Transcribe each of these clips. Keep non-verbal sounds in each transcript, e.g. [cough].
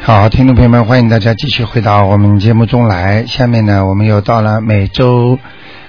好，听众朋友们，欢迎大家继续回到我们节目中来。下面呢，我们又到了每周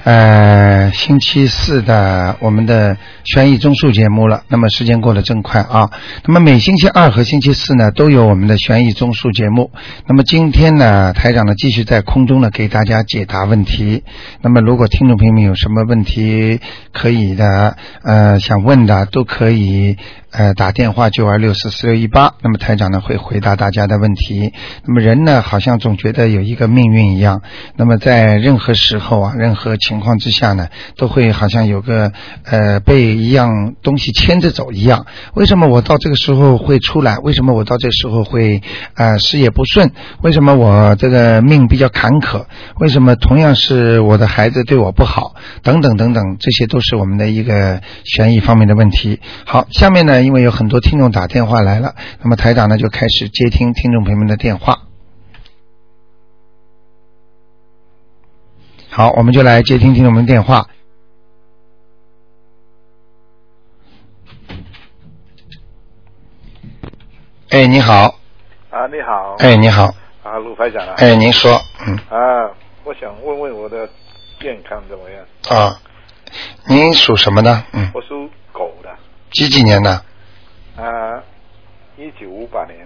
呃星期四的我们的悬疑综述节目了。那么时间过得真快啊！那么每星期二和星期四呢，都有我们的悬疑综述节目。那么今天呢，台长呢继续在空中呢给大家解答问题。那么如果听众朋友们有什么问题可以的，呃，想问的都可以呃打电话九二六四四六一八。那么台长呢会回答大家的问题。那么人呢好像总觉得有一个命运一样，那么在任何时候啊，任何情况之下呢，都会好像有个呃被一样东西牵着走一样。为什么我到这个时候会出来？为什么我到这时候会呃事业不顺？为什么我这个命比较坎坷？为什么同样是我的孩子对我不好？等等等等，这些都是我们的一个悬疑方面的问题。好，下面呢，因为有很多听众打电话来了，那么台长呢就开始接听听众朋友们的电话。好，我们就来接听听众们电话。哎，你好，啊，你好。哎，你好，啊，陆排长啊。哎，您说，嗯啊，我想问问我的健康怎么样？啊，您属什么呢？嗯，我属狗的，几几年的？啊，一九五八年，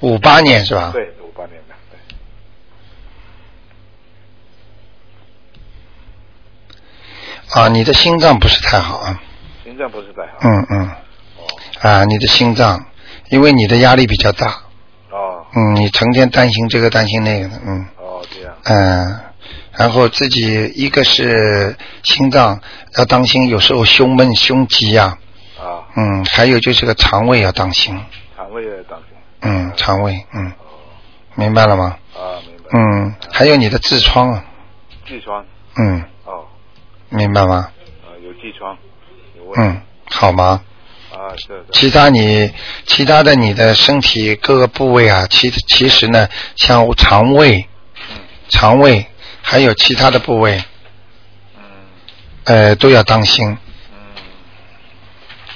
五八年是吧？。对，五八年的，对，啊，你的心脏不是太好啊。心脏不是太好。嗯嗯。哦啊，你的心脏，因为你的压力比较大，哦嗯，你成天担心这个担心那个的，嗯哦，这样。嗯，然后自己一个是心脏要当心，有时候胸闷胸急呀、啊，嗯，还有就是个肠胃要当心，肠胃也当心。嗯，肠胃，嗯，哦明白了吗？啊，明白。嗯，还有你的痔疮啊，痔疮。嗯，哦，明白吗？啊，有痔疮，有问嗯，好吗？啊，是的。其他你其他的你的身体各个部位啊，其其实呢，像肠胃、肠胃还有其他的部位，嗯呃，都要当心，嗯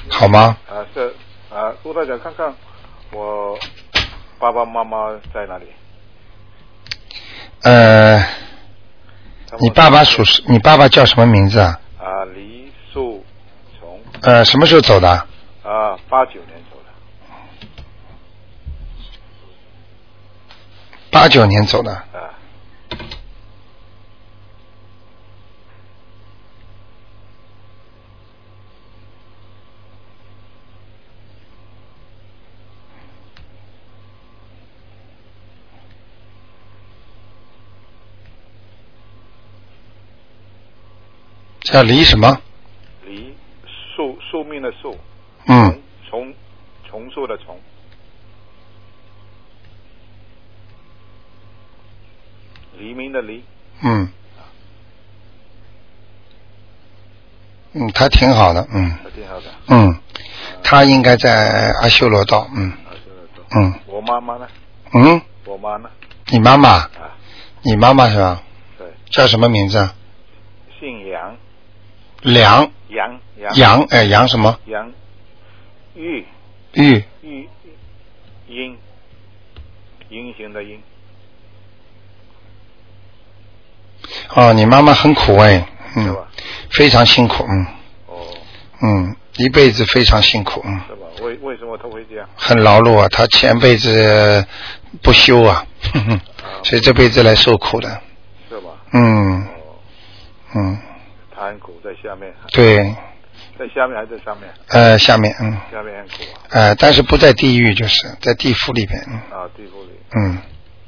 好吗？啊，是啊，陆排长，看看我爸爸妈妈在哪里？呃，他们你爸爸属什你爸爸叫什么名字啊？啊，黎树从呃，什么时候走的？啊，八九年走的。八九年走的。啊，叫李什么？离寿寿命的寿，嗯，重重塑的重，黎明的黎，嗯，嗯，他挺好的，嗯啊，挺好的。啊，嗯，他应该在阿修罗道，嗯这个都嗯我妈妈呢？嗯，我妈呢？你妈妈，啊，你妈妈是吧？对，叫什么名字啊？姓杨，梁杨杨杨，哎，杨什么？杨玉玉玉英，英雄的英，哦，你妈妈很苦哎，是嗯，吧？非常辛苦，嗯哦，嗯，一辈子非常辛苦，嗯，是吧？为为什么他会这样？很劳碌啊，她前辈子不修 [laughs] 啊，哼哼，啊，所以这辈子来受苦的，是吧？嗯哦，嗯，他很苦，在下面，对，在下面还是在上面？呃，下面嗯下面很苦啊，呃，但是不在地狱，就是在地府里边，嗯啊，地府里，嗯，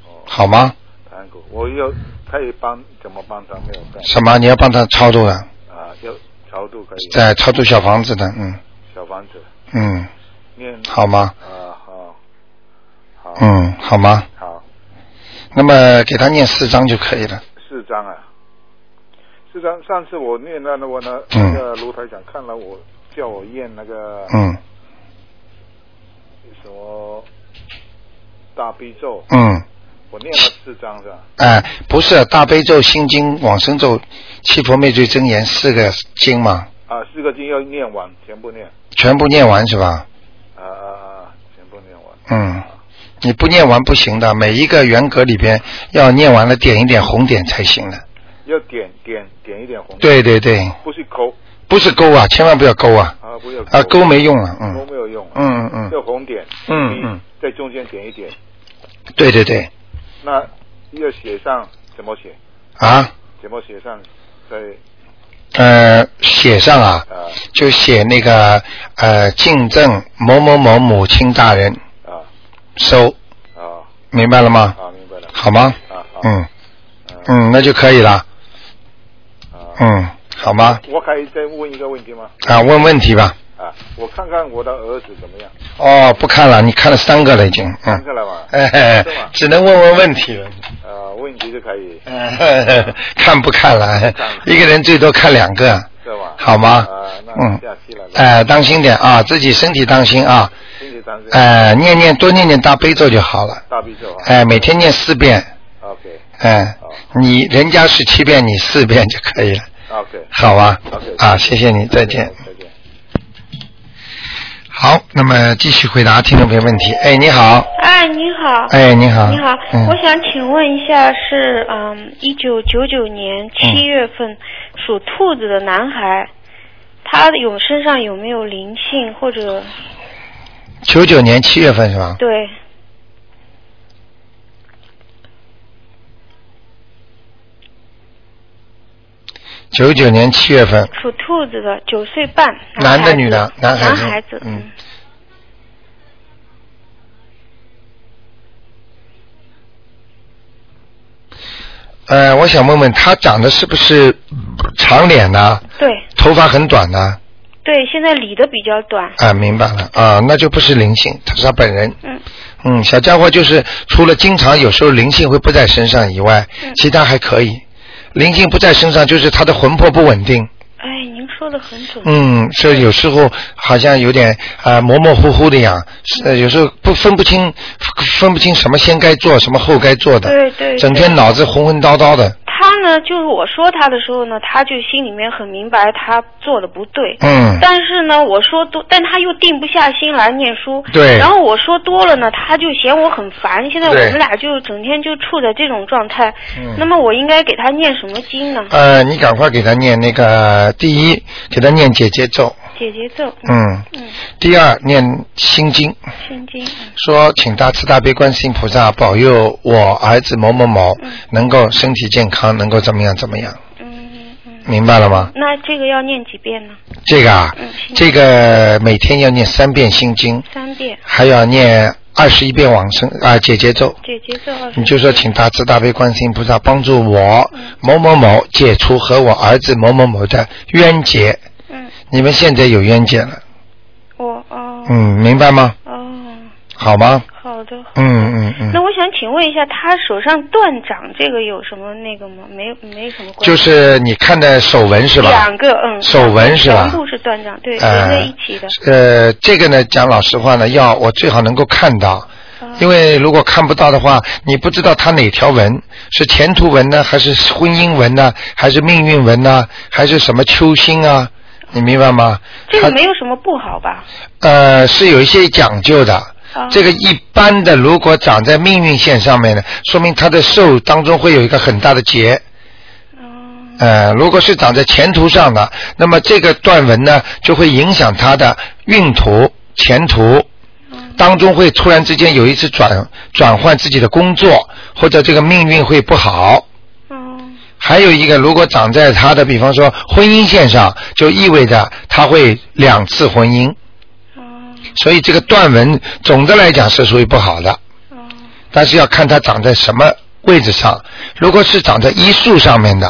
哦，好吗？他很苦。我要可以帮，怎么帮他没有办法什么？你要帮他超度的，啊？要超度可以，在超度小房子的，嗯小房子嗯，念好吗？啊，好，好，嗯，好吗？好，那么给他念四章就可以了。四张啊，四张。上次我念了，那我呢，嗯那个卢台长看了我，叫我验那个嗯什么大悲咒，嗯，我念了四张是吧？哎，不是大悲咒、心经、往生咒、七佛灭罪真言四个经嘛，啊，四个经要念完，全部念，全部念完是吧？啊啊啊，全部念完。嗯，你不念完不行的，每一个圆格里边要念完了点一点红点才行的。要点点点一点红，对对对，不是抠不是勾啊，千万不要勾啊，啊，不要啊勾没用了，勾嗯没有用，嗯嗯嗯，要红点，嗯嗯，在中间点一点，对对对，那要写上怎么写？啊，怎么写上？在呃，写上啊，啊就写那个呃，敬赠某某某母亲大人啊收，啊明白了吗？啊，明白了，好吗？啊好，嗯嗯嗯，那就可以了，啊。嗯，好吗？我可以再问一个问题吗？啊，问问题吧。啊，我看看我的儿子怎么样，哦，不看了，你看了三个了已经，看嗯，看了吗？哎嘿是嘿吗，只能问问问题了。啊，问题就可 [laughs] 以，哎看不看了不看了？一个人最多看两个，是吧？好吗啊，？那嗯，下期了，哎、当心点啊，自己身体当心啊，星期三是哎、念念多念念大悲咒就好了，大悲咒啊哎、每天念四遍， ，OK 哎、好你人家是七遍，你四遍就可以了， OK，好吧 OK？啊，谢谢你，再见。再见。好，那么继续回答听众朋友问题。哎，你好，哎，你好。哎，你好，你好，嗯我想请问一下是，嗯，一九九九年嗯七月份属兔子的男孩，他有身上有没有灵性或者九九年七月份是吧？对九九年七月份，属兔子的九岁半男的孩子女的男男孩子子嗯呃，我想问问他长得是不是长脸呢、对头发很短呢、啊？对，现在理的比较短，明白了啊，那就不是灵性，他是他本人。嗯嗯，小家伙就是除了经常有时候灵性会不在身上以外嗯，其他还可以。灵性不在身上，就是他的魂魄不稳定。哎，您说的很准，嗯，这有时候好像有点啊、呃模模糊糊的呀，是呃有时候不分不清，分不清什么先该做，什么后该做的。对对整天脑子浑浑叨叨的。他呢，就是我说他的时候呢，他就心里面很明白他做的不对，嗯，但是呢，我说多，但他又定不下心来念书。对然后我说多了呢，他就嫌我很烦。现在我对们俩就整天就处在这种状态。嗯那么我应该给他念什么经呢？呃，你赶快给他念那个呃第一，给他念姐姐咒，姐姐咒。嗯，嗯，第二念心经，心经。嗯说请大慈大悲观世音菩萨保佑我儿子某某某嗯能够身体健康，能够怎么样怎么样，嗯嗯嗯。明白了吗？那这个要念几遍呢？这个啊嗯，行这个每天要念三遍心经，三遍。还要念二十一遍往生啊姐姐咒。姐姐咒二十。你就说，请大慈大悲观世音菩萨帮助我嗯某某某解除和我儿子某某某的冤结。嗯，你们现在有冤结了，我哦。嗯，明白吗？哦，好吗？好的。好的嗯嗯嗯那，我想请问一下，他手上断掌这个有什么那个吗？没有，没什么关系。就是你看的手纹是吧？两个，嗯，手纹是吧全部是断掌，对，连在呃一起的。呃，这个呢，讲老实话呢，要我最好能够看到，啊因为如果看不到的话，你不知道它哪条纹是前途纹呢，还是婚姻纹呢，还是命运纹呢，还是什么秋心啊？你明白吗？这个它没有什么不好吧？呃是有一些讲究的。啊这个一般的，如果长在命运线上面呢，说明它的寿当中会有一个很大的劫。嗯呃，如果是长在前途上的，那么这个断纹呢，就会影响他的运途、前途嗯当中会突然之间有一次转转换自己的工作，或者这个命运会不好。嗯还有一个，如果长在他的，比方说婚姻线上，就意味着他会两次婚姻，嗯所以这个断纹总的来讲是属于不好的，嗯但是要看它长在什么位置上。如果是长在医术上面的，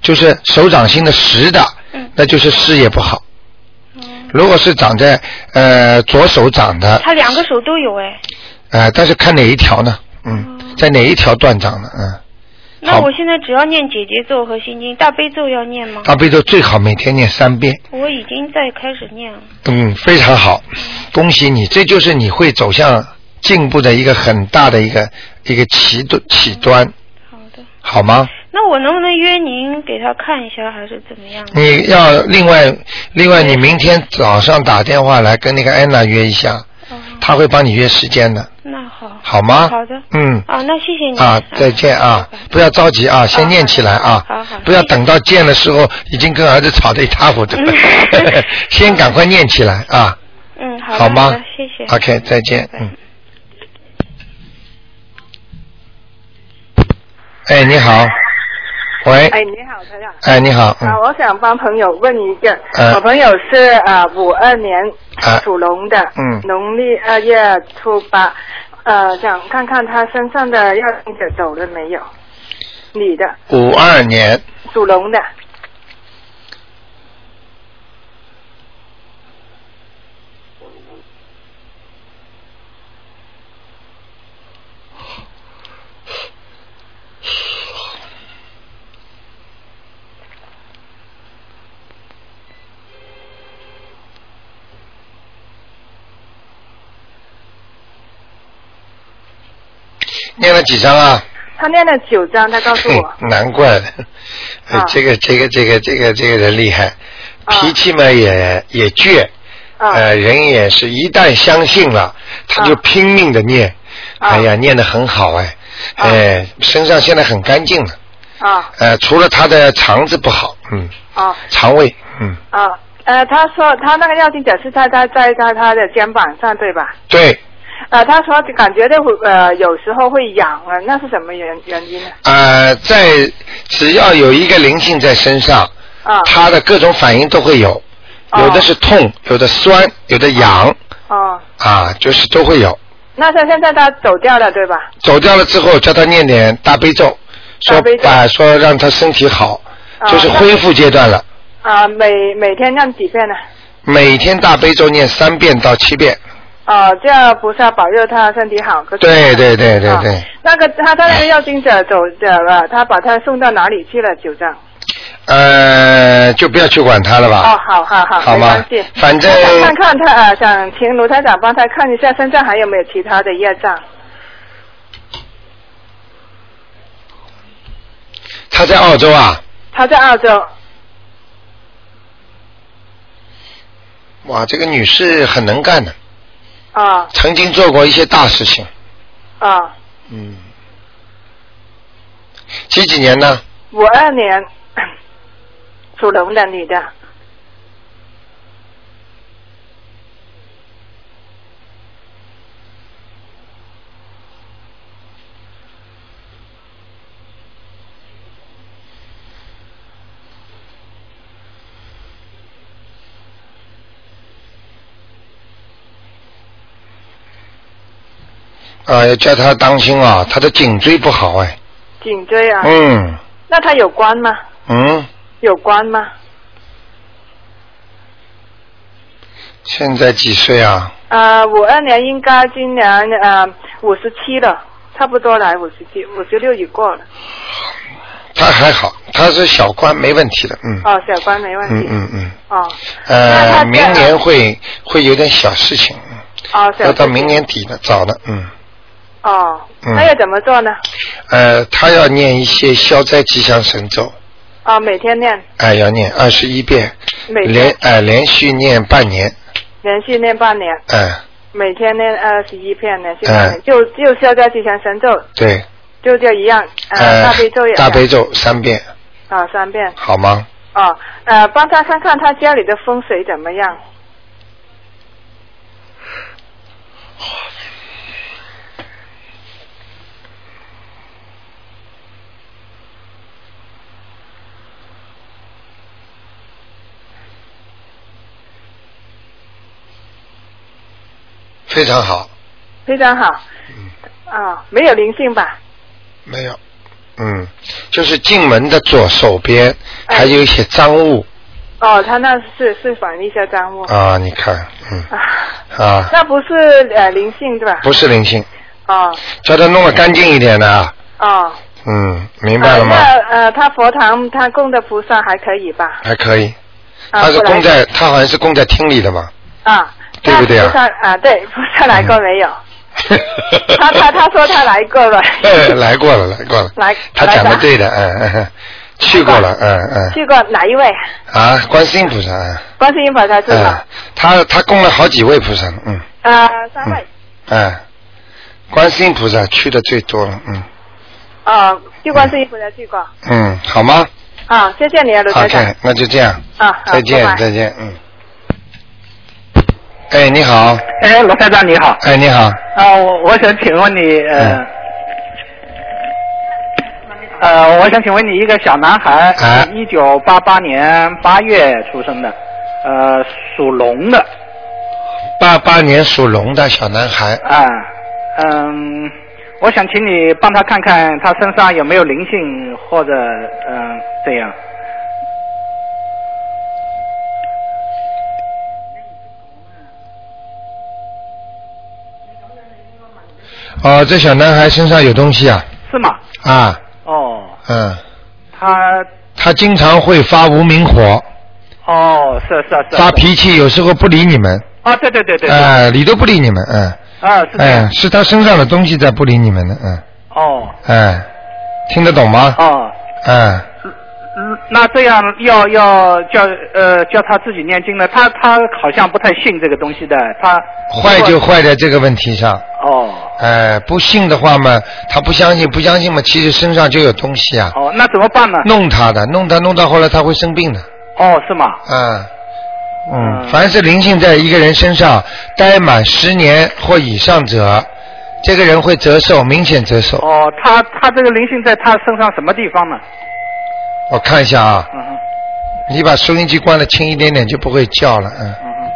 就是手掌心的实的，嗯那就是事业不好。嗯，如果是长在呃左手掌的，他两个手都有哎。呃，但是看哪一条呢？嗯哦，在哪一条断掌呢？嗯，那我现在只要念姐姐咒和心经，大悲咒要念吗？大悲咒最好每天念三遍，我已经在开始念了。嗯，非常好，恭喜你，这就是你会走向进步的一个很大的一个一个起端起端，好的，好吗？那我能不能约您给他看一下，还是怎么样？你要另外另外，你明天早上打电话来跟那个安娜约一下，哦他会帮你约时间的，那好。好吗？好的。嗯。啊，那谢谢你。啊，再见啊！不要着急啊，先念起来啊！好好不要等到见的时候已经跟儿子吵得一塌糊涂了，先赶快念起来啊！嗯，好的。好吗的谢谢。 OK，再见。嗯。哎，你好。喂。哎，你好，台长。哎，你好。嗯啊，我想帮朋友问一个，嗯我朋友是啊五二年啊属龙的，嗯农历二月初八，呃，想看看他身上的要经者走了没有？女的，五二年，属龙的，念了几张啊？他念了九章，他告诉我，哼难怪了，哎啊这个这个这个这个这个人厉害，啊脾气嘛也也倔，啊、呃，人也是一旦相信了，他就啊拼命的念，啊哎呀，念得很好哎，啊哎，身上现在很干净了，啊呃，除了他的肠子不好，嗯，啊肠胃，嗯，啊，呃，他说他那个要经者是在他在在他的肩膀上对吧？对，呃，他说感觉到会呃有时候会痒啊，那是什么原原因呢？呃，在只要有一个灵性在身上，啊他的各种反应都会有，有的哦是痛，有的酸，有的痒，哦，啊，就是都会有。那他现在他走掉了对吧？走掉了之后，叫他念点大悲咒，说大悲咒啊，说让他身体好，啊哦就是恢复阶段了。啊，每每天念几遍呢？每天大悲咒念三遍到七遍，啊，这样菩萨保佑他身体好。可是对对对对啊对那个他他那个药经者走走了，他把他送到哪里去了？九丈。呃，就不要去管他了吧。哦，好好好，好没吗关系。反正我想看看他啊，想请卢台长帮他看一下身上还有没有其他的业障。他在澳洲啊，他在澳洲。哇，这个女士很能干的，啊曾经做过一些大事情。啊，嗯，几几年呢？五二年 [coughs] 属龙的女的。啊，要叫她当心啊，她的颈椎不好哎。颈椎啊，嗯那他有关吗？嗯，有关吗？现在几岁啊？呃，五二年应该今年呃五十七了，差不多来五十七、五十六已过了。她还好，她是小官，没问题的。嗯。哦，小关没问嗯题。嗯嗯，哦那呃，他明在年会会有点小事情，哦，小要关到明年底了，早了，嗯，哦，嗯那要怎么做呢？呃，他要念一些消灾吉祥神咒，哦，每天念，哎、要念二十一遍，每天连哎、连续念半年，连续念半年，哎、每天念二十一片，连续半年，嗯就就消灾吉祥神咒，对，就这一样，呃，大悲咒也大悲咒三遍，啊、三遍，好吗？哦，呃，帮他看看他家里的风水怎么样。非常好，非常好。嗯啊、没有灵性吧？没有，嗯，就是进门的左手边哎还有一些脏物哦，他那是是反一下赃物。啊，你看，嗯哦啊，啊，那不是呃灵性对吧？不是灵性，哦叫他弄得干净一点的啊，哦，嗯，明白了吗？啊那呃，他佛堂他供的菩萨还可以吧？还可以，啊、他是不然供在，他好像是供在厅里的 [laughs] 嘛。啊，对不对啊嗯那菩萨啊，对，菩萨来过没有？他他他说他来过了来过了，来过了。来他讲的来过对的，嗯嗯嗯，去过了，嗯嗯。去过哪一位？啊，观世音菩萨，嗯观世音菩萨是吧嗯？，他他供了好几位菩萨，嗯，呃，三位。哎，观世音菩萨去的最多了，嗯哦，地观世音菩萨去过。嗯，好吗啊，谢谢你啊，卢台长。 ？OK，那就这样，啊，好再见拜拜再见，嗯。哎，你好，哎，罗台长你好，哎，你好，啊，我我想请问你，呃，哎呃，我想请问你一个小男孩啊，一九八八年八月出生的，呃，属龙的，八八年属龙的小男孩，啊，嗯，我想请你帮他看看他身上有没有灵性或者嗯、这样，哦，这小男孩身上有东西啊，是吗？啊，哦，嗯，他他经常会发无名火，哦是是是，发是脾气，有时候不理你们，啊，对对对对，对哎、理都不理你们，嗯，啊是这哎、样，是他身上的东西在不理你们呢，嗯，哦哎、听得懂吗？哦。嗯，嗯，那这样要要叫呃叫他自己念经呢？他他好像不太信这个东西的，他坏就坏在这个问题上，哦哎、不信的话嘛，他不相信，不相信嘛，其实身上就有东西啊，哦，那怎么办呢？弄他的，弄他，弄到后来他会生病的，哦，是吗？啊，嗯，嗯凡是灵性在一个人身上待满十年或以上者，这个人会折寿，明显折寿。哦，他他这个灵性在他身上什么地方呢？我看一下啊，嗯哼你把收音机关的轻一点点，就不会叫了。嗯，嗯哼。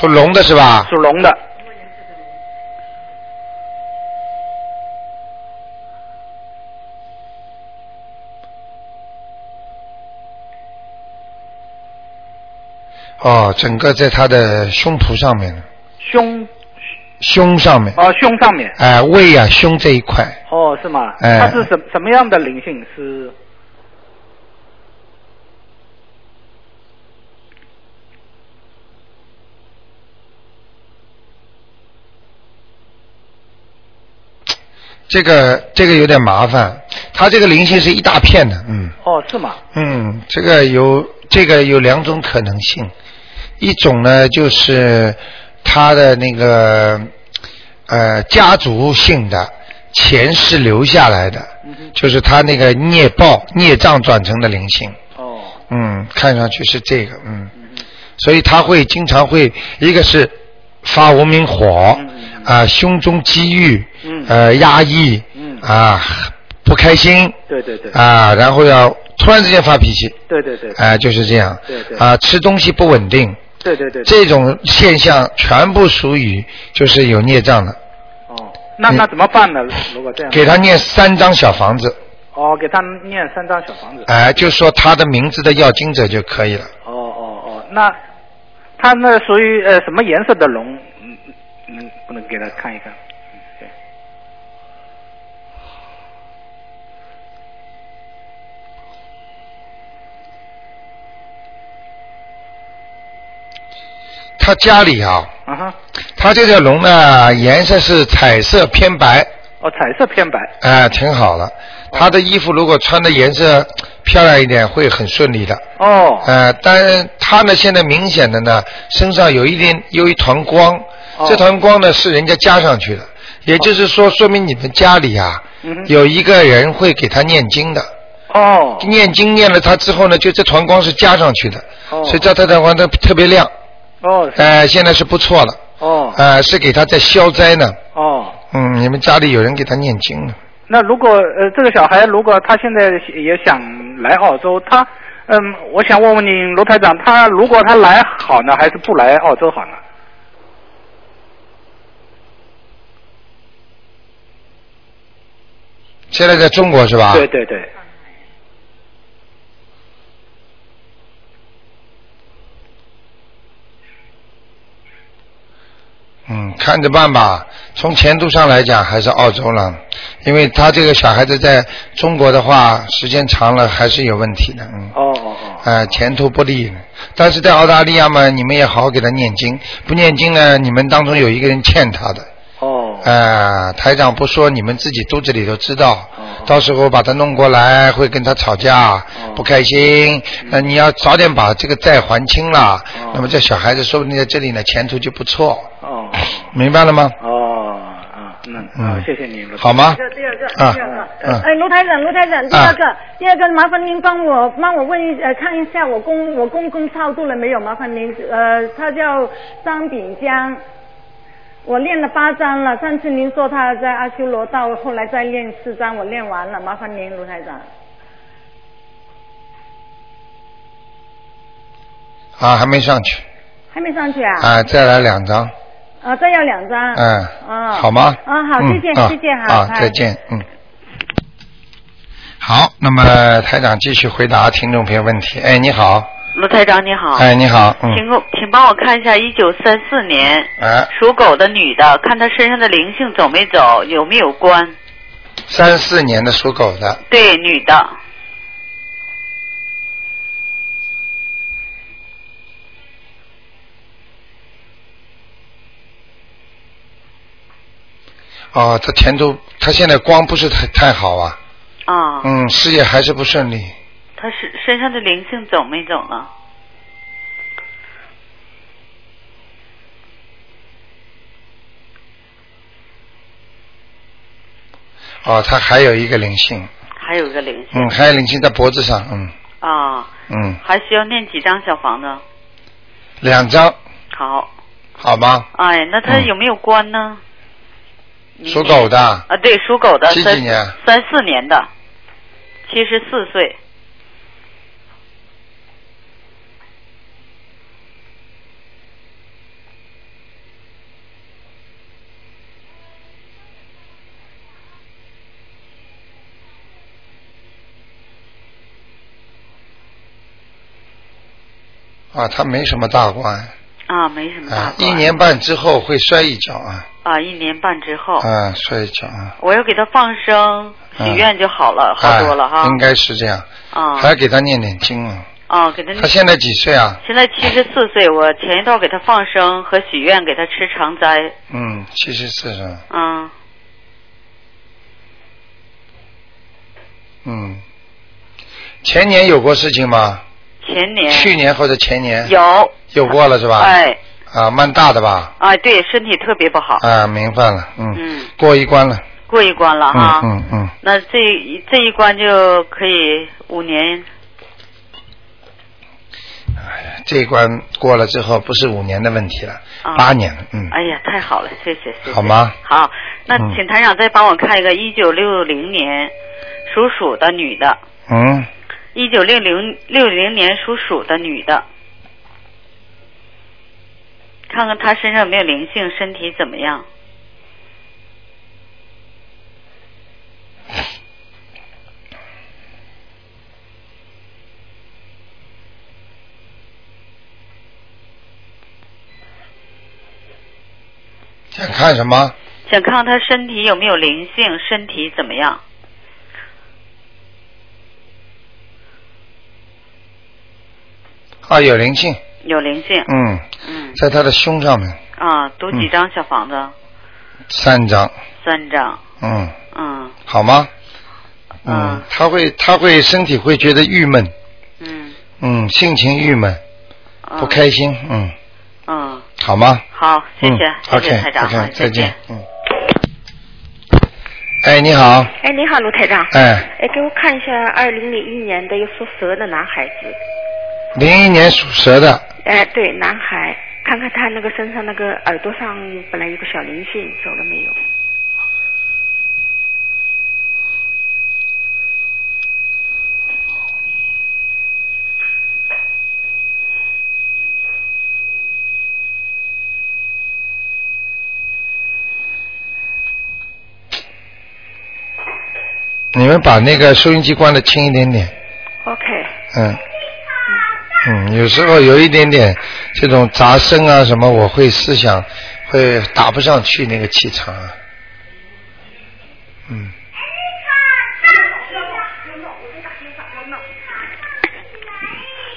属龙的是吧？属龙的。哦，整个在他的胸脯上面，胸胸上面，哦，胸上面哎、胃啊，胸这一块，哦，是吗？哎他是什什么样的灵性？是这个这个有点麻烦。他这个灵性是一大片的，嗯。哦，是吗？嗯，这个有这个有两种可能性，一种呢就是他的那个呃家族性的前世留下来的，嗯哼。就是他那个孽报孽障转成的灵性，哦，嗯，看上去是这个，嗯，嗯哼所以他会经常会一个是发无名火嗯嗯嗯啊、胸中积郁，嗯呃压抑嗯啊、不开心对对对，啊、然后要突然之间发脾气。对对对，哎、就是这样。对对啊、吃东西不稳定，对对对，对这种现象全部属于就是有孽障的。哦，那那怎么办呢？如果这样，给他念三张小房子，哦，给他念三张小房子。哎、就说他的名字的要经者就可以了。哦哦哦，那它那属于呃什么颜色的龙？嗯嗯，能不能给他看一看？嗯对他家里啊，啊哈，他这条龙呢颜色是彩色偏白，哦，彩色偏白。哦哎、挺好了。他的衣服如果穿的颜色漂亮一点，会很顺利的。哦呃，但他呢，现在明显的呢，身上有一点有一团光，哦这团光呢是人家加上去的，也就是说，说明你们家里啊，嗯哼有一个人会给他念经的，哦念经念了他之后呢，就这团光是加上去的，哦所以这团光它特别亮，哦是呃，现在是不错了，哦呃，是给他在消灾呢，哦。嗯，你们家里有人给他念经呢，那如果呃这个小孩如果他现在也想来澳洲，他嗯，我想问问你罗台长，他如果他来好呢，还是不来澳洲好呢？现在在中国是吧？对对对，嗯，看着办吧。从前途上来讲，还是澳洲了，因为他这个小孩子在中国的话，时间长了还是有问题的，嗯，哦哦哦呃，前途不利。但是在澳大利亚嘛，你们也好好给他念经，不念经呢，你们当中有一个人欠他的，哦呃，台长不说，你们自己肚子里都知道哦。到时候把他弄过来，会跟他吵架，不开心。那你要早点把这个债还清了，那么这小孩子说不定在这里呢，前途就不错。哦明白了吗？哦啊，那嗯好，谢谢您，罗台长好吗这？第二个，啊第二个，嗯啊哎，卢台长，卢台长，第二个，第二个，麻烦您帮我帮我问一呃看一下我公我公公超度了没有？麻烦您，呃，他叫张炳江，我练了八章了，上次您说他在阿修罗道，后来再练四章，我练完了，麻烦您，卢台长。啊，还没上去还没上去啊？啊，再来两张，啊，再要两张。嗯，啊，好吗？啊，好，嗯谢谢，啊谢谢，好，啊，拜再。见，嗯。好，那么台长继续回答听众朋友问题。哎，你好，卢台长你好，哎，你好，嗯，请我请帮我看一下一九三四年哎，属狗的女的，看她身上的灵性走没走，有没有关？三四年的属狗的，对，女的，哦，他前途，他现在光不是太太好啊，啊，嗯，事业还是不顺利，她是身上的灵性走没走呢？哦，他还有一个灵性，还有一个灵性嗯，还有灵性在脖子上，嗯啊，嗯，还需要念几张小房子？两张，好，好吗？哎，那她嗯有没有关呢？明属年狗的，啊，对，属狗的，几三几年？三四年的，七十四岁，啊，他没什么大关，啊，没什么嗯大啊，关一年半之后会摔一跤啊，啊，一年半之后，啊，摔一跤啊，我要给他放生许愿就好了，好多了哈啊。嗯应该是这样，啊还给他念点经啊。啊，给他他现在几岁啊？现在七十四岁，我前一段给他放生和许愿，给他吃常斋。嗯，七十四是吧？嗯，嗯，前年有过事情吗？前年去年或者前年有，有过了是吧？哎啊，蛮大的吧？啊，对，身体特别不好，啊，明白了，嗯，嗯，过一关了，过一关了哈嗯。嗯嗯，那这一这一关就可以五年这一关过了之后不是五年的问题了，啊，八年了，嗯，哎呀，太好了，谢谢谢谢。好吗？好，那嗯请台长再帮我看一个一九六零年属鼠的女的，嗯，一九六零六零年属鼠的女的，看看她身上有没有灵性，身体怎么样？想看什么？想看看她身体有没有灵性，身体怎么样？啊，有灵性，有灵性，嗯，嗯在他的胸上面啊，读几张小房子？三张，三张，嗯，嗯好吗？嗯啊，他会他会身体会觉得郁闷，嗯嗯，性情郁闷，嗯不开心，嗯，嗯，好吗？好，谢谢，嗯谢谢台 OK 长，好 OK，再见见。，嗯。哎，你好，哎，你好，卢台长。哎，哎，给我看一下二零零一年的一个属蛇的男孩子。零一年属蛇的，哎，对，男孩，看看他那个身上那个耳朵上本来有个小灵性，走了没有？你们把那个收音机关的轻一点点， OK，嗯，嗯，有时候有一点点这种杂声啊什么，我会思想会打不上去那个气场啊，嗯，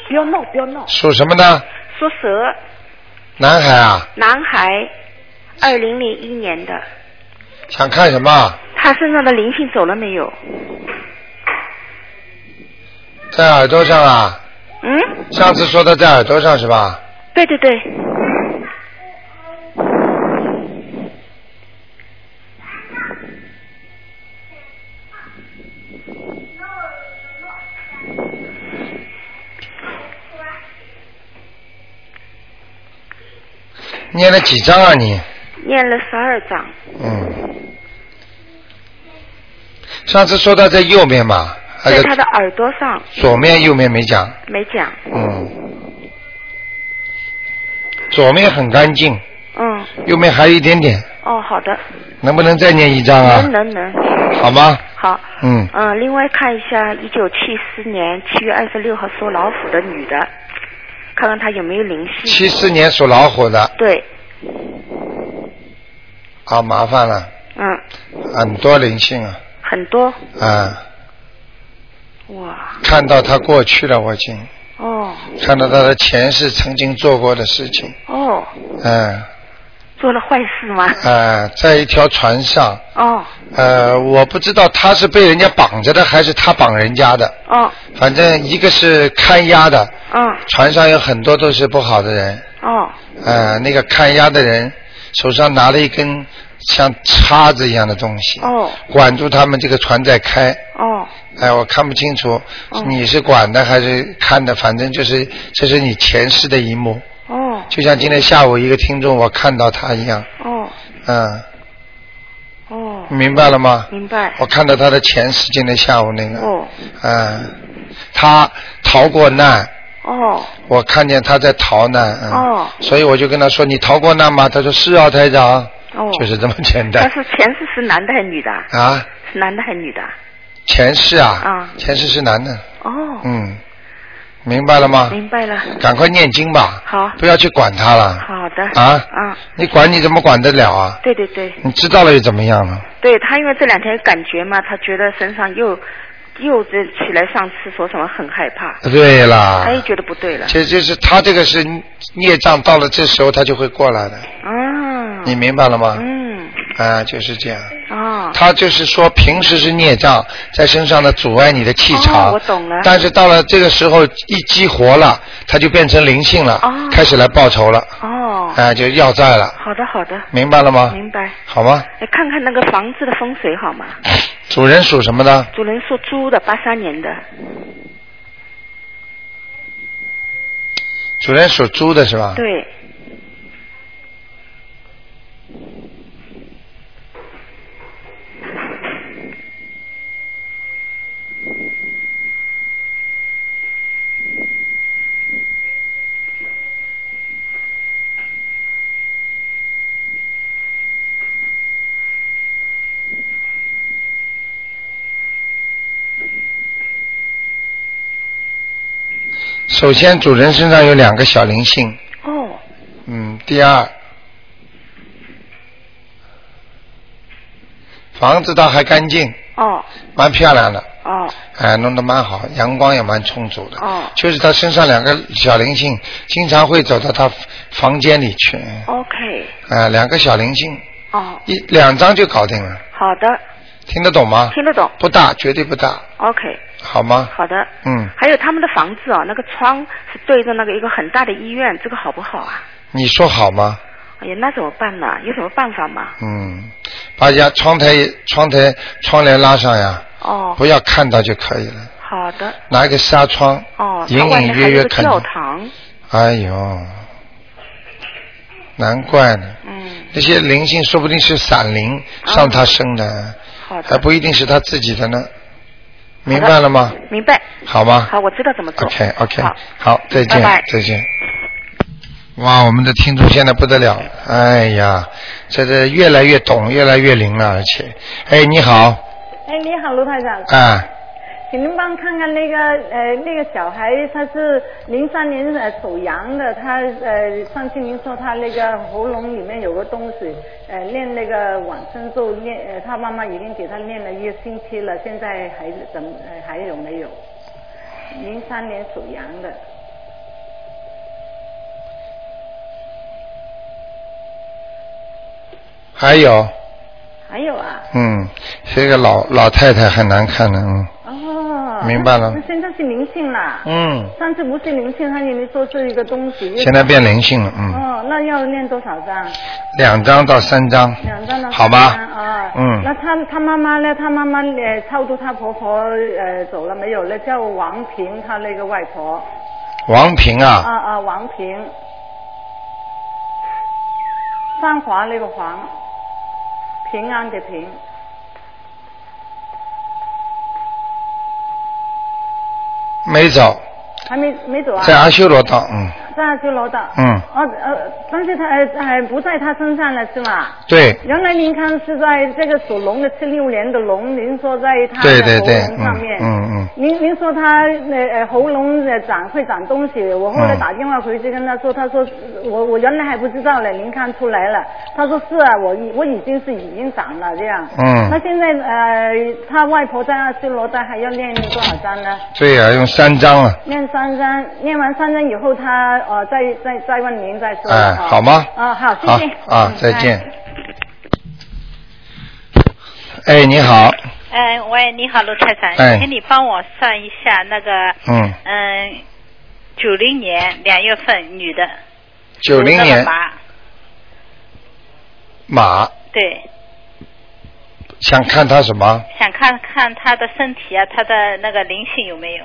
不要闹，不要闹。属什么呢？属蛇，男孩啊，男孩，二零零一年的，想看什么？他身上的灵性走了没有？在耳朵上啊？嗯，上次说的在耳朵上是吧？对对对，念了几张啊你？念了十二章。嗯。上次说到在右面嘛，还在是他的耳朵上左面右面没讲？没讲，嗯。左面很干净，嗯，右面还有一点点，哦，好的，能不能再念一张啊能？能能，好吗？好，嗯，嗯，另外看一下一九七四年七月二十六号属老虎的女的，看看她有没有灵性。七四年属老虎的对，啊，麻烦了，嗯，很多灵性啊，很多，啊，哇，看到他过去了，我已经哦看到他的前世曾经做过的事情，哦，嗯、做了坏事吗？呃，在一条船上，哦呃，我不知道他是被人家绑着的，还是他绑人家的。哦，反正一个是看押的，哦嗯船上有很多都是不好的人。哦呃，那个看押的人手上拿了一根像叉子一样的东西，哦管住他们这个船在开。哦哎，我看不清楚哦你是管的还是看的，反正就是这是你前世的一幕，哦就像今天下午一个听众我看到他一样，哦嗯，哦，明白了吗？明白。我看到他的前世，今天下午那个，哦嗯，他逃过难，哦我看见他在逃难，嗯，哦所以我就跟他说：“你逃过难吗？”他说：“是啊，台长。哦，就是这么简他 [laughs] 单是前世是男的还是女的？啊！是男的还是女的？前世啊，啊前世是男的，哦，嗯，明白了吗？明白了。赶快念经吧，好，不要去管他了。好的。啊啊，你管你怎么管得了啊？对对对，你知道了又怎么样了？对他因为这两天有感觉嘛，他觉得身上又又这起来上厕所什么很害怕，对啦他，又觉得不对了。这就是他这个是孽障，到了这时候他就会过来的，嗯，你明白了吗？嗯啊，就是这样。啊他就是说，平时是孽障在身上呢，阻碍你的气场。哦我懂了但是到了这个时候，一激活了，它就变成灵性了，哦开始来报仇了，哦，啊，就要债了，好的好的，明白了吗？明白。好吗？哎，看看那个房子的风水好吗？主人属什么呢？主人属猪的，八三年的，主人属猪的是吧？。对，首先，主人身上有两个小灵性，哦嗯，第二，房子倒还干净，哦蛮漂亮的，哦哎，弄得蛮好，阳光也蛮充足的。哦就是他身上两个小灵性，经常会走到他房间里去。 ，OK，哎，两个小灵性，哦，一两张就搞定了，好的，听得懂吗？听得懂不大，绝对不大， ，OK，好吗？好的。嗯，还有他们的房子哦，那个窗是对着那个一个很大的医院，这个好不好啊？你说好吗？哎呀，那怎么办呢？有什么办法吗？嗯，把家窗台窗台窗帘拉上呀，哦，不要看到就可以了。好的，拿一个纱窗，哦，隐它外隐面还约有约个看到。教堂，哎呦，难怪呢。嗯，啊那些灵性说不定是散灵上他身的，好还的，不一定是他自己的呢。明白了吗？啊明白，好吗好，我知道怎么做。 ？OK OK，好，好，再见拜拜再见。哇，我们的听众现在不得了，哎呀，这这越来越懂，越来越灵了，啊而且，哎，你好，哎，你好，卢台长，啊，请您帮看看那个呃那个小孩，他是零三年呃属羊的，他呃上次您说他那个喉咙里面有个东西，呃练那个往生咒练，呃他妈妈已经给他练了一个星期了，现在还是怎么、呃、还有没有？零三年属羊的，还有，还有啊。嗯，这个老老太太很难看的，嗯哦。明白了那现在是灵性啦。嗯，上次不是灵性，他跟你说是一个东西。现在变灵性了，嗯，哦，那要念多少张？两张到三张，两张呢？好吧三张啊，嗯那她她妈妈呢？她妈妈呃，超度她婆婆呃走了没有呢？叫王平，她那个外婆。王平啊，啊啊，王平。繁华那个黄，平安的平。没走，还没没走啊？在阿修罗道，嗯在阿修罗道。嗯，哦呃，但是他还还不在他身上了是吗？对，原来您看是在这个属龙的七六年的龙，您说在他对对的喉对，咙上嗯面。嗯嗯，您您说他呃呃喉咙呃长会长东西，我后来嗯打电话回去跟他说，他说我我原来还不知道呢，您看出来了。他说是啊，我已我已经是已经长了这样。嗯那现在呃，他外婆在阿修罗道还要念多少章呢？对呀、用三张啊，念三章，念完三章以后他，呃再再再问您再说。哎，啊好吗？啊，好，谢好谢。啊嗯，再。哎见。哎，你好，哎，喂，你好，卢太长，哎请你帮我算一下那个，嗯，嗯，九零年两月份女的，九零属那个年马，马，对，想看他什么？想看看她的身体啊，她的那个灵性有没有？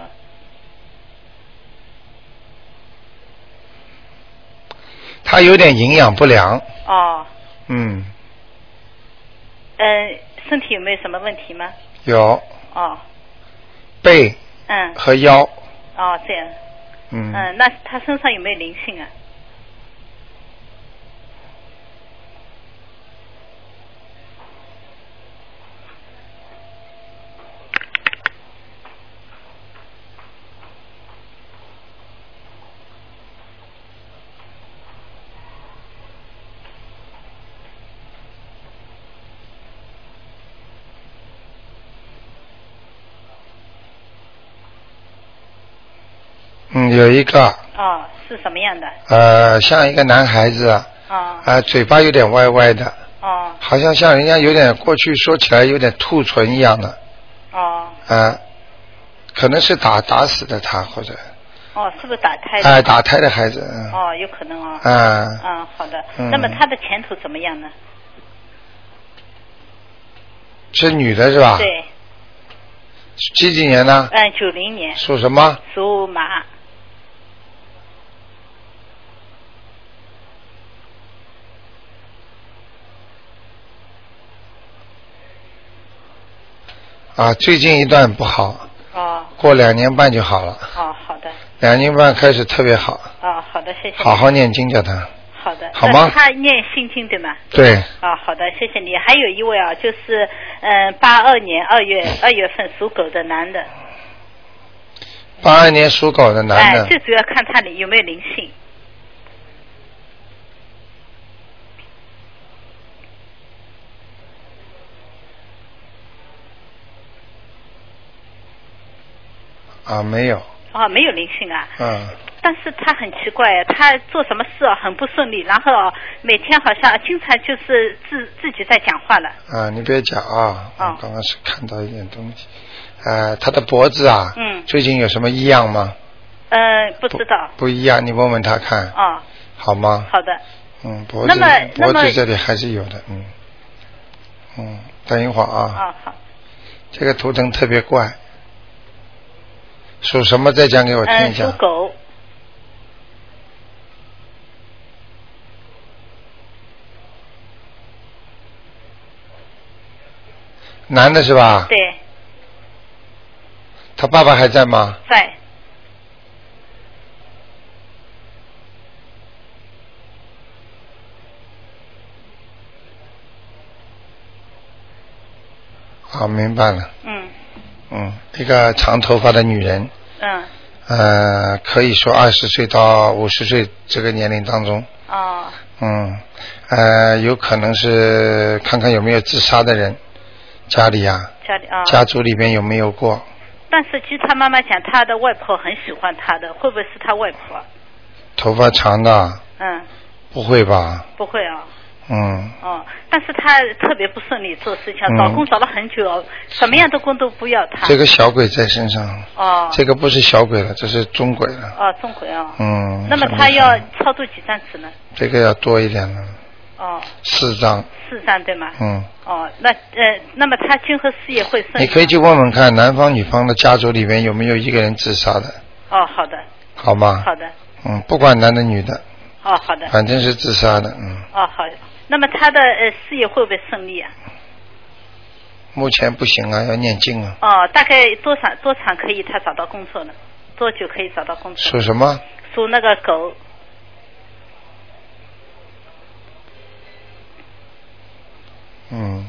他有点营养不良，哦，嗯，嗯，身体有没有什么问题吗？有哦，背嗯，和腰，哦，这样，嗯，嗯，那她身上有没有灵性啊？嗯，有一个，哦，是什么样的？呃，像一个男孩子，啊、哦，嘴巴有点歪歪的，哦，好像像人家有点过去说起来有点兔唇一样的，哦，啊、可能是打打死的他，或者哦，是不是打哎、胎的？打胎的孩子，嗯，啊、哦，有可能哦。嗯，好的。嗯那么她的前途怎么样呢？是女的是吧？对，几几年呢？嗯，九零年属什么？属马，啊，最近一段不好，哦过两年半就好了，哦，好的，两年半开始特别好，哦好的，谢谢你。好好念经叫他。好的，好吗那他念心经对吗？对，啊、好的，谢谢你。还有一位啊，就是嗯，八二年二月二月份属狗的男的，八二年属狗的男哎，的，最主要看他里有没有灵性。啊，没有，哦，没有灵性啊，嗯，但是他很奇怪，啊他做什么事啊很不顺利，然后啊每天好像经常就是自自己在讲话了。啊，你别讲啊，我哦刚刚是看到一点东西，呃，他的脖子啊，嗯最近有什么异样吗？嗯，不知道。不一样，你问问他看，哦，好吗？好的，嗯，脖子那么脖那子么这里还是有的，嗯，嗯，等一会儿啊，哦好。这个图腾特别怪，属什么？再讲给我听嗯，一下属。狗。男的是吧？对，他爸爸还在吗？在。啊，明白了，嗯嗯，一个长头发的女人，嗯，呃，可以说二十岁到五十岁这个年龄当中，哦嗯，呃，有可能是看看有没有自杀的人，家里啊，家里啊。家族里面有没有过？但是据他妈妈讲，他的外婆很喜欢他的，会不会是他外婆？头发长的，嗯，不会吧？不会啊、嗯哦，但是他特别不顺利做事情，嗯找工找了很久，啊什么样的工都不要他。这个小鬼在身上，哦这个不是小鬼了，这是中鬼了。哦，中鬼哦。嗯，那么这他没要法操作几张纸呢？这个要多一点了，哦，四张。四张对吗？嗯，哦，那呃，那么他今后事业会顺利吗？你可以去问问看，男方女方的家族里面有没有一个人自杀的，哦，好的，好吗？好的，嗯，不管男的女的，哦，好的，反正是自杀的。嗯，哦，好。那么他的呃事业会不会顺利啊？目前不行啊，要念经啊。哦，大概多长多长可以他找到工作呢？多久可以找到工作？属什么？属那个狗，嗯。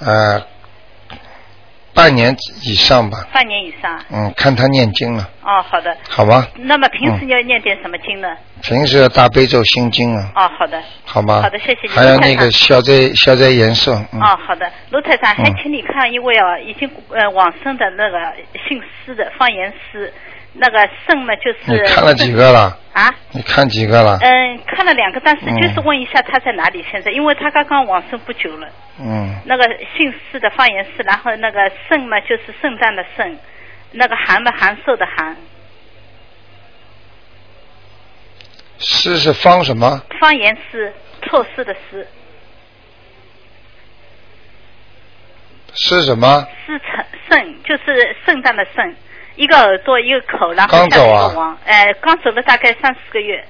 呃，半年以上吧，半年以上。嗯，看他念经了，哦，好的。好吗？那么平嗯时要念点什么经呢？平时要大悲咒心经啊，哦，好的。好吗？好的谢谢你还有那卢个台长消灾消灾延寿，嗯，哦，好的，卢台长，还嗯请你看一位啊，已经呃往生的那个姓施的方言师，那个圣呢就是你嗯看了几个 [laughs] 了？啊？你看几个了？嗯，看了两个，但是嗯就是问一下他在哪里现在，因为他刚刚往生不久了。嗯，那个姓氏的方言是，然后那个圣嘛就是圣诞的圣，那个寒嘛寒瘦的寒，是是方什么？方言是措施的施，是什么？是成圣就是圣诞的圣，一个耳朵一个口，然后刚下面走啊一个王，哎、刚走了大概三四个月，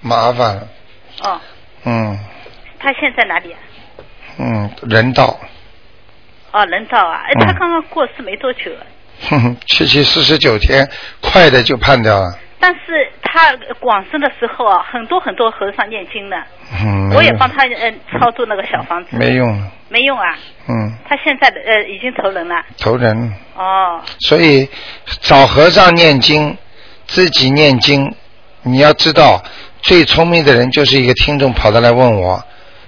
麻烦了。哦，嗯他现在哪里啊？嗯，人道，哦，人造啊，哎，嗯他刚刚过世没多久，啊哼哼，七七四十九天，快的就判掉了。但是他往生的时候啊，很多很多和尚念经呢，嗯，没我嗯也用帮，他嗯、操作那个小房子，没用了。没用啊，嗯，他现在的呃已经投人了。投人。哦，所以找和尚念经，自己念经，你要知道，最聪明的人就是一个听众跑到来问我，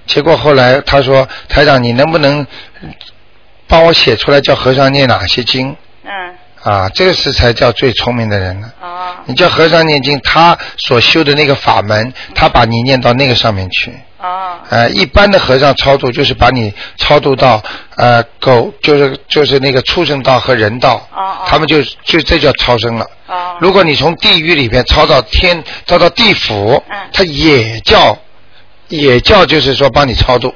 结果后来他说：“台长，你能不能帮我写出来叫和尚念哪些经嗯，啊？”这个是才叫最聪明的人呢。哦，你叫和尚念经，他所修的那个法门，他把你念到那个上面去。哦，呃，一般的和尚超度就是把你超度到呃狗，就是就是那个畜生道和人道，他们就就这叫超生了。如果你从地狱里边超到天，超到地府，它也叫也叫就是说帮你超度。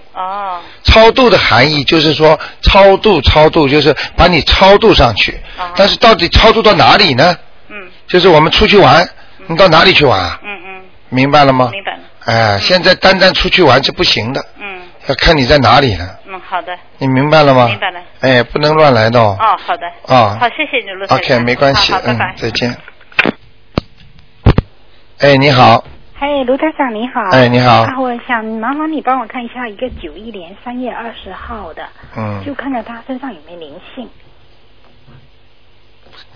超度的含义就是说超度超度就是把你超度上去，但是到底超度到哪里呢？嗯，就是我们出去玩，你到哪里去玩啊？嗯嗯，明白了吗？明白了。哎，现在单单出去玩是不行的，嗯要看你在哪里呢，嗯，好的。你明白了吗？明白了。哎，不能乱来的哦。哦，好的。啊好，谢谢你，卢先生。 OK，没关系，好，好拜拜嗯，。再见。哎，你好，嗨，卢台长你好。哎你好啊，我想麻烦你帮我看一下一个九一年三月二十号的，嗯就看看他身上有没有灵性。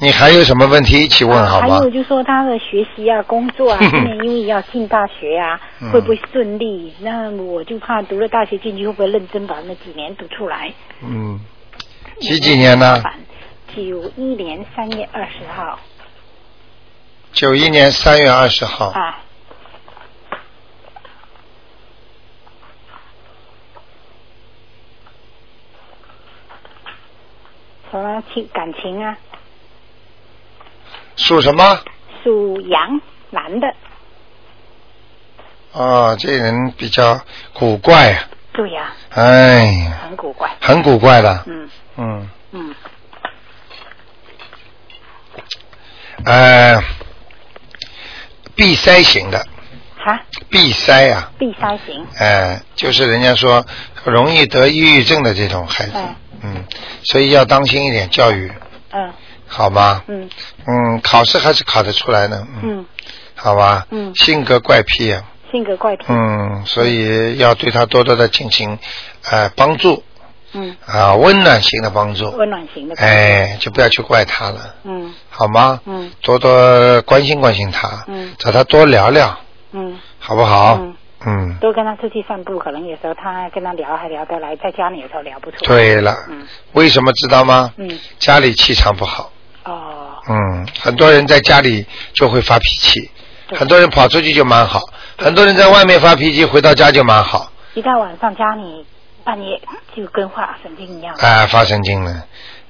你还有什么问题一起问嗯好还吗有？就说他的学习啊、工作 [laughs] 啊，今年因为要进大学啊，嗯会不会顺利？那我就怕读了大学进去，会不会认真把那几年读出来？嗯，几几年呢？九一年三月二十号九一年三月二十号。啊，什么情感情啊？属什么？属羊，男的。哦，这人比较古怪啊，对呀、哎呀，很古怪。很古怪的。嗯嗯，嗯，呃，闭塞型的，哈，闭塞啊，闭塞型。哎，就是人家说容易得抑郁症的这种孩子，嗯嗯，所以要当心一点教育，嗯好吗？嗯嗯，考试还是考得出来呢，嗯，嗯，好吧？嗯性格怪癖啊，性格怪癖。嗯，所以要对他多多的进行呃帮助，嗯，啊，温暖型的帮助，温暖型的。哎，就不要去怪他了，嗯好吗？嗯多多关心关心他，嗯找他多聊聊，嗯，好不好？嗯嗯，多跟他出去散步，可能有时候他跟他聊还聊得来，在家里有时候聊不出。对了，为什么知道吗？嗯，家里气场不好。哦。嗯，很多人在家里就会发脾气，很多人跑出去就蛮好，很多人在外面发脾气，回到家就蛮好，一到晚上家里半夜就跟画神经一样。哎、发神经了。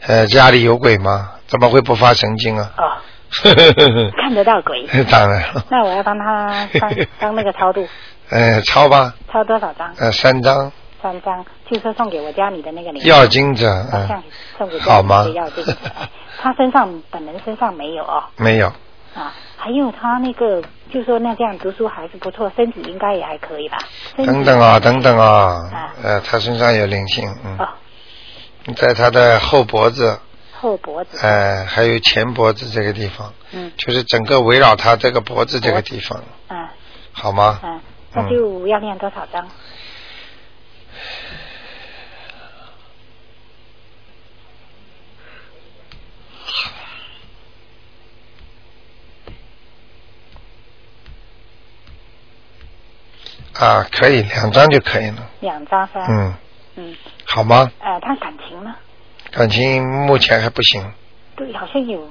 呃，家里有鬼吗？怎么会不发神经啊？哦，呵呵呵看得到鬼。呵 [laughs] 嗯当然了，那我要 [laughs] 帮他帮帮那个超度，呃，抄吧，超多少张？呃，三张三张，就说送给我家里的那个灵性要经者，嗯、像送给好吗家里的要这 [laughs] 个，哎他身上本人身上没有哦，没有，啊，还有他那个，就说那这样读书还是不错，身体应该也还可以吧？身体等等啊，等等啊，呃，他身上有灵性，嗯，哦你在他的后脖子，后脖子，呃，还有前脖子这个地方，嗯就是整个围绕他这个脖子这个地方，啊好吗？嗯啊，那就要念多少张？啊，可以，两张就可以了，两张是吧？嗯，嗯，好吗？呃，他感情呢？感情目前还不行，对，好像有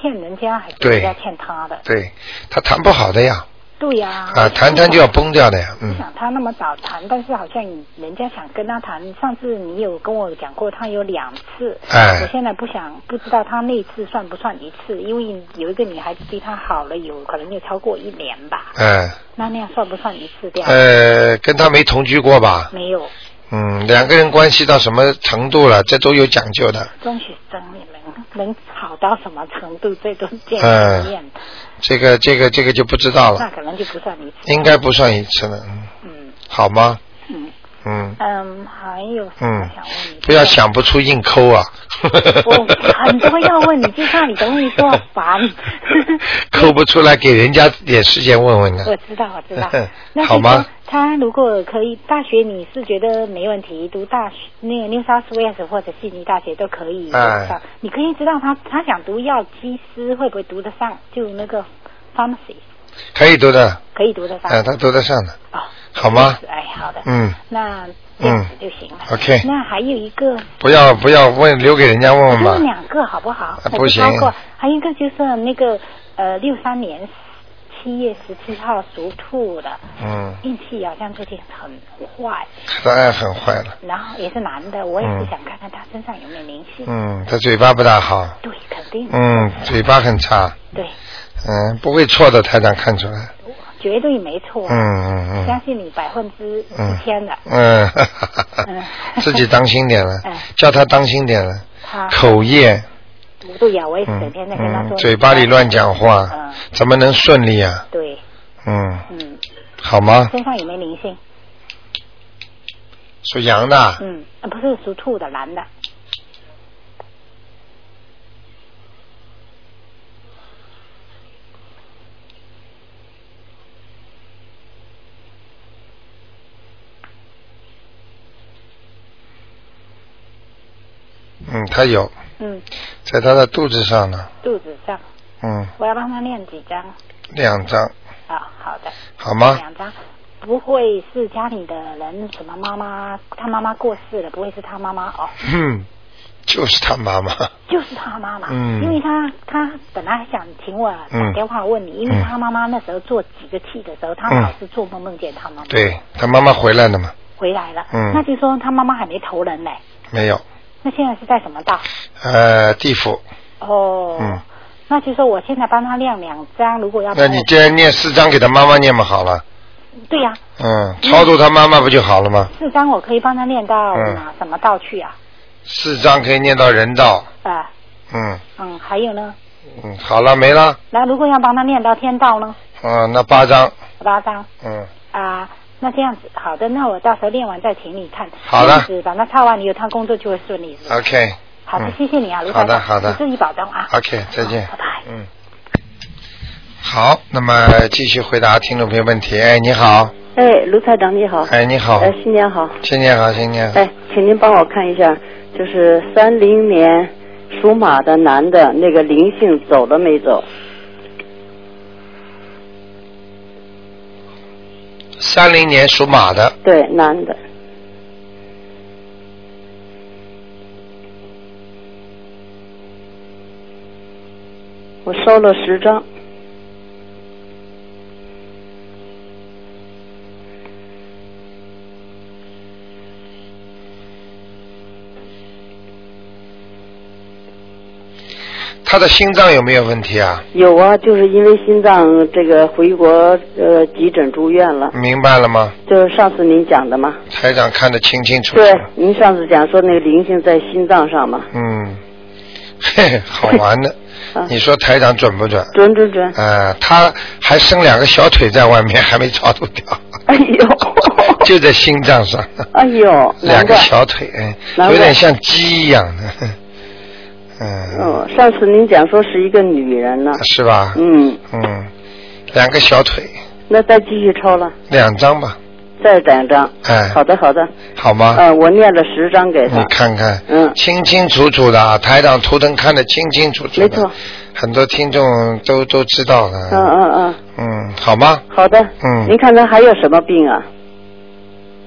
欠人家，还是对人家欠他的？对他谈不好的呀，对呀、啊，谈谈就要崩掉的呀，嗯，想他那么早谈，但是好像人家想跟他谈。上次你有跟我讲过，他有两次。哎我现在不想不知道他那次算不算一次，因为有一个女孩子对他好了有可能有超过一年吧。哎，那那样算不算一次掉？呃，跟他没同居过吧？没有，嗯，两个人关系到什么程度了，这都有讲究的。中学生你能能好到什么程度，这都见嗯一面，这个这个这个就不知道那了，可能就不算一次。应该不算一次了，嗯嗯好吗？嗯嗯嗯，还有什么嗯想问你？，不要想不出硬抠啊，我很多要问你，就怕你等你说我烦。 [laughs] 抠不出来给人家点时间问问啊呢我，知道，我 [laughs] 知道。那嗯好吗？他如果可以，大学你是觉得没问题，读大学那个 New South Wales 或者悉尼大学都可以。哎上你可以知道他他想读药剂师会不会读得上，就那个 pharmacy 可以读的，可以读得上。嗯，他读得上的，哦，好吗？哎，好的。嗯那这样子就行了。嗯，OK 那还有一个，不要不要问，留给人家问我问就问吧。两个好不好？啊不行包括还有一个就是那个呃，六三年七月十七号属兔的，嗯，运气好像最近很坏，他爱很坏了，然后也是男的，我也是嗯想看看他身上有没有灵性。嗯，他嘴巴不大好，对，肯定。嗯，嘴巴很差，对，嗯，不会错的，台长看出来，绝对没错。啊嗯嗯相嗯信你百分之嗯一千的。嗯 [laughs] 哈哈哈哈，嗯，自己当心点了 [laughs] 嗯，叫他当心点了，他口业，对呀，我也是整嗯天在跟他嗯说，。嘴巴里乱讲话嗯，怎么能顺利啊？对，嗯，嗯，好吗？身上有没有灵性？属羊的，嗯，啊不是属兔的男的，嗯，他有，嗯，在他的肚子上呢，肚子上，嗯，我要帮他念几张两张，啊？好的，好吗？两张。不会是家里的人，什么妈妈，他妈妈过世了，不会是他妈妈哦，嗯，就是他妈妈， [laughs] 就是他妈妈，嗯因为他他本来还想请我打电话问你，因为他妈妈那时候做几个气的时候，他嗯老是做梦梦见他妈妈，对他妈妈回来了嘛？回来了，嗯那就说他妈妈还没投人呢，没有，那现在是在什么道？呃，地府，哦，嗯，那就说我现在帮他亮两张，如果要那你既然念四张给他妈妈念嘛好了，对呀、嗯，超度他妈妈不就好了吗？四张我可以帮他念到嗯哪、什么道去啊？四张可以念到人道，啊、嗯嗯，还有呢，嗯，好了没了，那如果要帮他念到天道呢，嗯，那八张，八张嗯，啊。那这样子，好的，那我到时候练完再请你看。好的这样子把它啊抄完，以后他工作就会顺利。是吧 OK，好的嗯，谢谢你啊，卢好的台长好的你自己保重啊。 OK，再见。拜拜。嗯。好，那么继续回答听众朋友问题。哎，你好。哎，卢台长你好。哎你好呃，新年好。新年好，新年好。哎，请您帮我看一下，就是三零年属马的男的那个灵性走了没走？三零年属马的，对，男的。我收了十张，他的心脏有没有问题啊？有啊，就是因为心脏这个回国呃急诊住院了，明白了吗？就是上次您讲的嘛。台长看得清清楚楚。对，您上次讲说那个灵性在心脏上嘛，嗯，嘿嘿，好玩 [laughs] 的。嗯你说台长准不准？准准准。啊，他还伸两个小腿在外面，还没抓住掉。哎呦！ [laughs] 就在心脏上，哎呦，两难个怪。小腿，哎难怪有点像鸡一样的。 [laughs] 嗯，嗯，上次您讲说是一个女人呢，啊是吧？嗯嗯，两个小腿，那再继续抽了，两张吧，再两张。哎，啊好的，好的。好吗？呃，我念了十张给你他。看看，嗯，清清楚楚的啊，台长图腾看得清清楚楚的，没错。很多听众都都知道了，嗯嗯嗯，嗯，好吗？好的。嗯您看他还有什么病啊？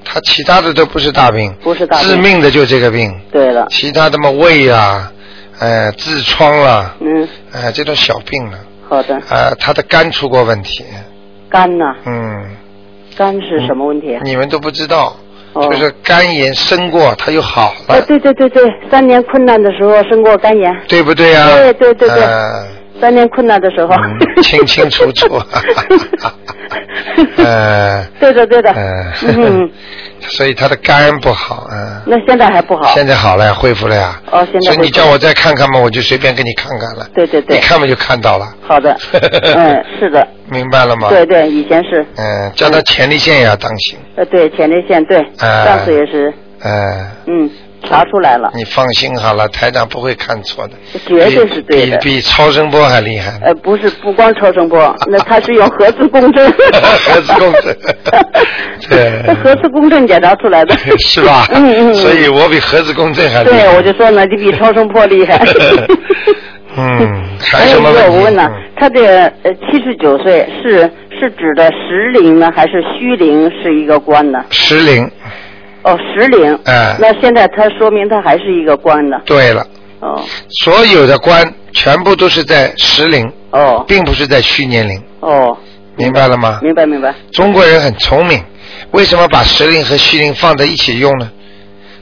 他其他的都不是大病，不是大病致命的就这个病，对了，其他的嘛胃啊，呃，痔疮啦，嗯，呃，这种小病了，好的。呃，他的肝出过问题，肝呐、嗯，肝是什么问题啊？你们都不知道，哦就是肝炎生过，他又好了，哎，对对对对，三年困难的时候生过肝炎，对不对啊？对对对对呃三年困难的时候，嗯清清楚楚，呃， [laughs] 对的对的，呃嗯，所以他的肝不好，嗯、那现在 [laughs] 还不好。现在好了呀，恢复了呀。哦，现在所以你恢复了叫我再看看嘛，我就随便给你看看了。对对对你，看嘛就看到了，好 [laughs] 的，嗯，是的，明白了吗？对。对，以前是，嗯，叫他前列腺也要当心，呃，对，前列腺，对，哎上次也是，嗯。嗯，查出来了，你放心好了，台长不会看错的，绝对是对的比比比超声波还厉 [laughs] 害，呃，不是不光超声波，那它是用核磁共 [laughs] 振，核磁共振，对，那核磁共振检查出来的，是吧？嗯嗯嗯所以我比核磁共振哎还厉害。对，我就说呢，你比超声波厉害。嗯， [laughs] 还还有有什一么问个题？嗯我问呢，他这个呃七十九岁是是指的实龄呢，还是虚龄是一个官呢？石林，哦，实龄。哎那现在他说明他还是一个官呢。对了，哦所有的官全部都是在实龄，哦并不是在虚年龄，哦，明白了吗？明白明白。中国人很聪明，为什么把实龄和虚龄放在一起用呢？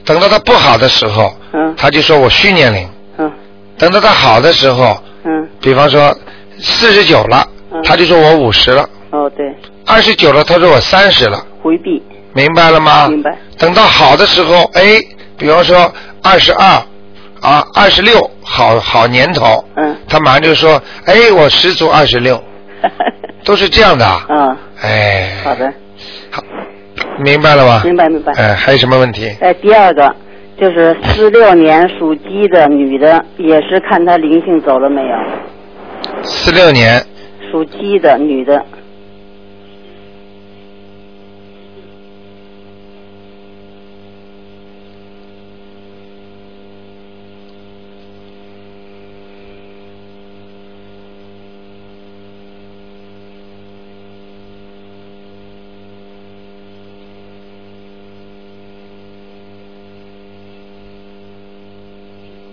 等到他不好的时候，嗯他就说我虚年龄；嗯等到他好的时候，嗯比方说四十九了，嗯。他就说我五十了；哦对，二十九了，他说我三十了，回避。明白了吗？明白。等到好的时候，哎，比方说二十二啊，二十六，好好年头，嗯他马上就说，哎，我十足二十 [laughs] 六，都是这样的啊，嗯，哎，好的，明白了吧？明白明白。哎，还有什么问题？哎，第二个就是四六年属鸡的女的，也是看她灵性走了没有？四六年，属鸡的女的，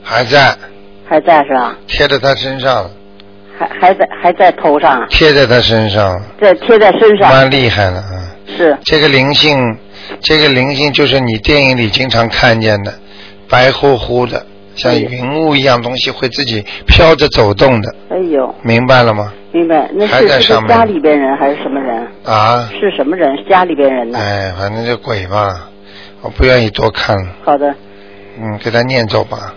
还在还在是吧？贴在他身上，还还在还在头上啊？贴在他身上，这贴在身上蛮厉害的啊。是这个灵性，这个灵性就是你电影里经常看见的，白乎乎的，像云雾一样东西会自己飘着走动的，哎呦，明白了吗？明白，那还是在是上个面家里边人还是什么人？啊，是什么人？家里边人呢？哎，反正就鬼吧，我不愿意多看了，好的，嗯，给他念咒吧，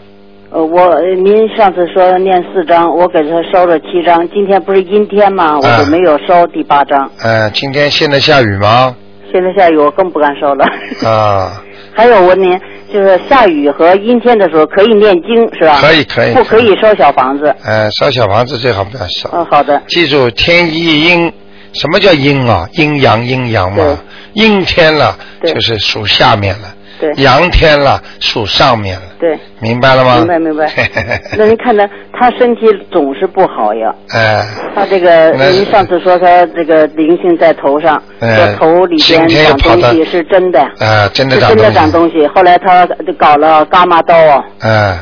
呃，我呃您上次说念四张，我给他收了七张，今天不是阴天吗？我啊就没有收第八张。呃，今天现在下雨吗？现在下雨，我更不敢收了。 [laughs] 啊，还有我问您，就是下雨和阴天的时候可以念经是吧？可以可以不可以烧小房子？呃，烧小房子最好不要烧，嗯，好的，记住天一阴，什么叫阴啊？阴阳阴阳嘛，阴天了就是属下面了，对阳天了属上面了，对，明白了吗？明白明白白。 [laughs] 那您看呢？他身体总是不好呀。哎，他这个，那您上次说他这个灵性在头上，哎说头里今边天又长跑东到西是真的，啊，真的是长真东的西长，东西。后来他就搞了伽马刀啊，嗯，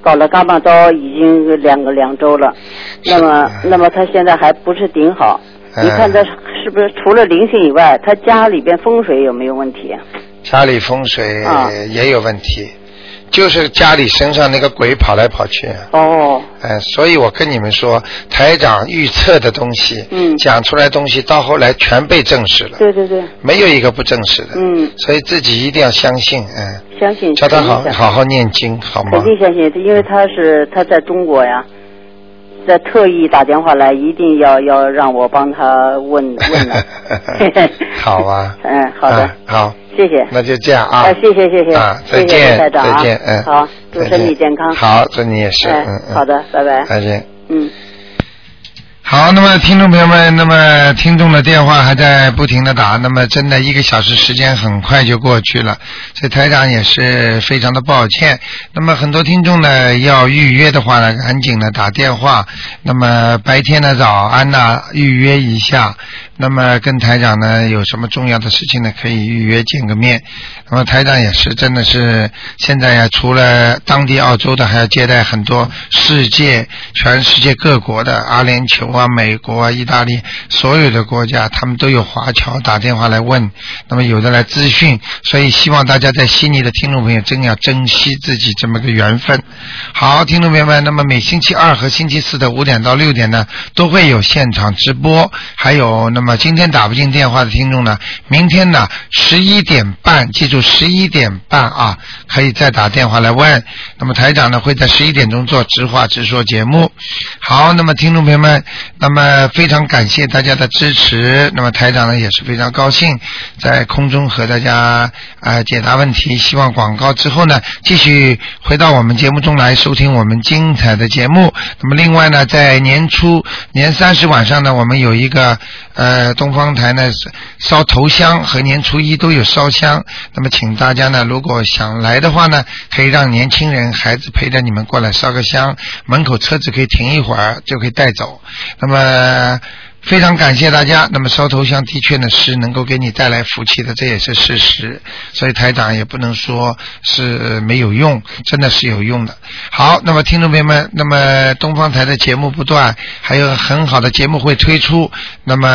搞了伽马刀已经两个两周了，那么那么他现在还不是顶好。哎你看他是不是除了灵性以外，他家里边风水有没有问题啊？家里风水啊也有问题，就是家里身上那个鬼跑来跑去。哦，哎，所以我跟你们说，台长预测的东西，嗯讲出来的东西，到后来全被证实了，对对对，没有一个不证实的。嗯，所以自己一定要相信，嗯，相信叫他好肯定相信好好念经，好吗肯？定相信，因为他是他在中国呀，在特意打电话来，一定要要让我帮他问 [laughs] 问呢。好啊，嗯， [laughs] 好的，啊好，谢谢。那就这样啊哎，谢谢谢谢，啊谢谢再见台长啊再见嗯好，祝再见身体健康。好，祝你也是，哎嗯，嗯，好的，拜拜。再见。嗯。好，那么听众朋友们，那么听众的电话还在不停的打，那么真的一个小时时间很快就过去了，所以台长也是非常的抱歉。那么很多听众呢要预约的话呢，赶紧的打电话。那么白天的早安呐、预约一下。那么跟台长呢有什么重要的事情呢，可以预约见个面。那么台长也是真的是现在呀，除了当地澳洲的，还要接待很多世界全世界各国的阿联酋啊、美国啊、意大利所有的国家，他们都有华侨打电话来问，那么有的来咨询，所以希望大家在悉尼的听众朋友真要珍惜自己这么个缘分。好，听众朋友们，那么每星期二和星期四的五点到六点呢，都会有现场直播，还有那么今天打不进电话的听众呢，明天呢十一点半，记住十一点半啊，可以再打电话来问。那么台长呢会在十一点钟做直话直说节目。好，那么听众朋友们，那么非常感谢大家的支持，那么台长呢也是非常高兴在空中和大家呃解答问题。希望广告之后呢，继续回到我们节目中来收听我们精彩的节目。那么另外呢，在年初年三十晚上呢，我们有一个呃东方台呢烧头香和年初一都有烧香。那么请大家呢，如果想来的话呢，可以让年轻人孩子陪着你们过来烧个香，门口车子可以停一会儿就可以带走。那么。非常感谢大家。那么烧头香的确呢是能够给你带来福气的，这也是事实。所以台长也不能说是没有用，真的是有用的。好，那么听众朋友们，那么东方台的节目不断，还有很好的节目会推出。那么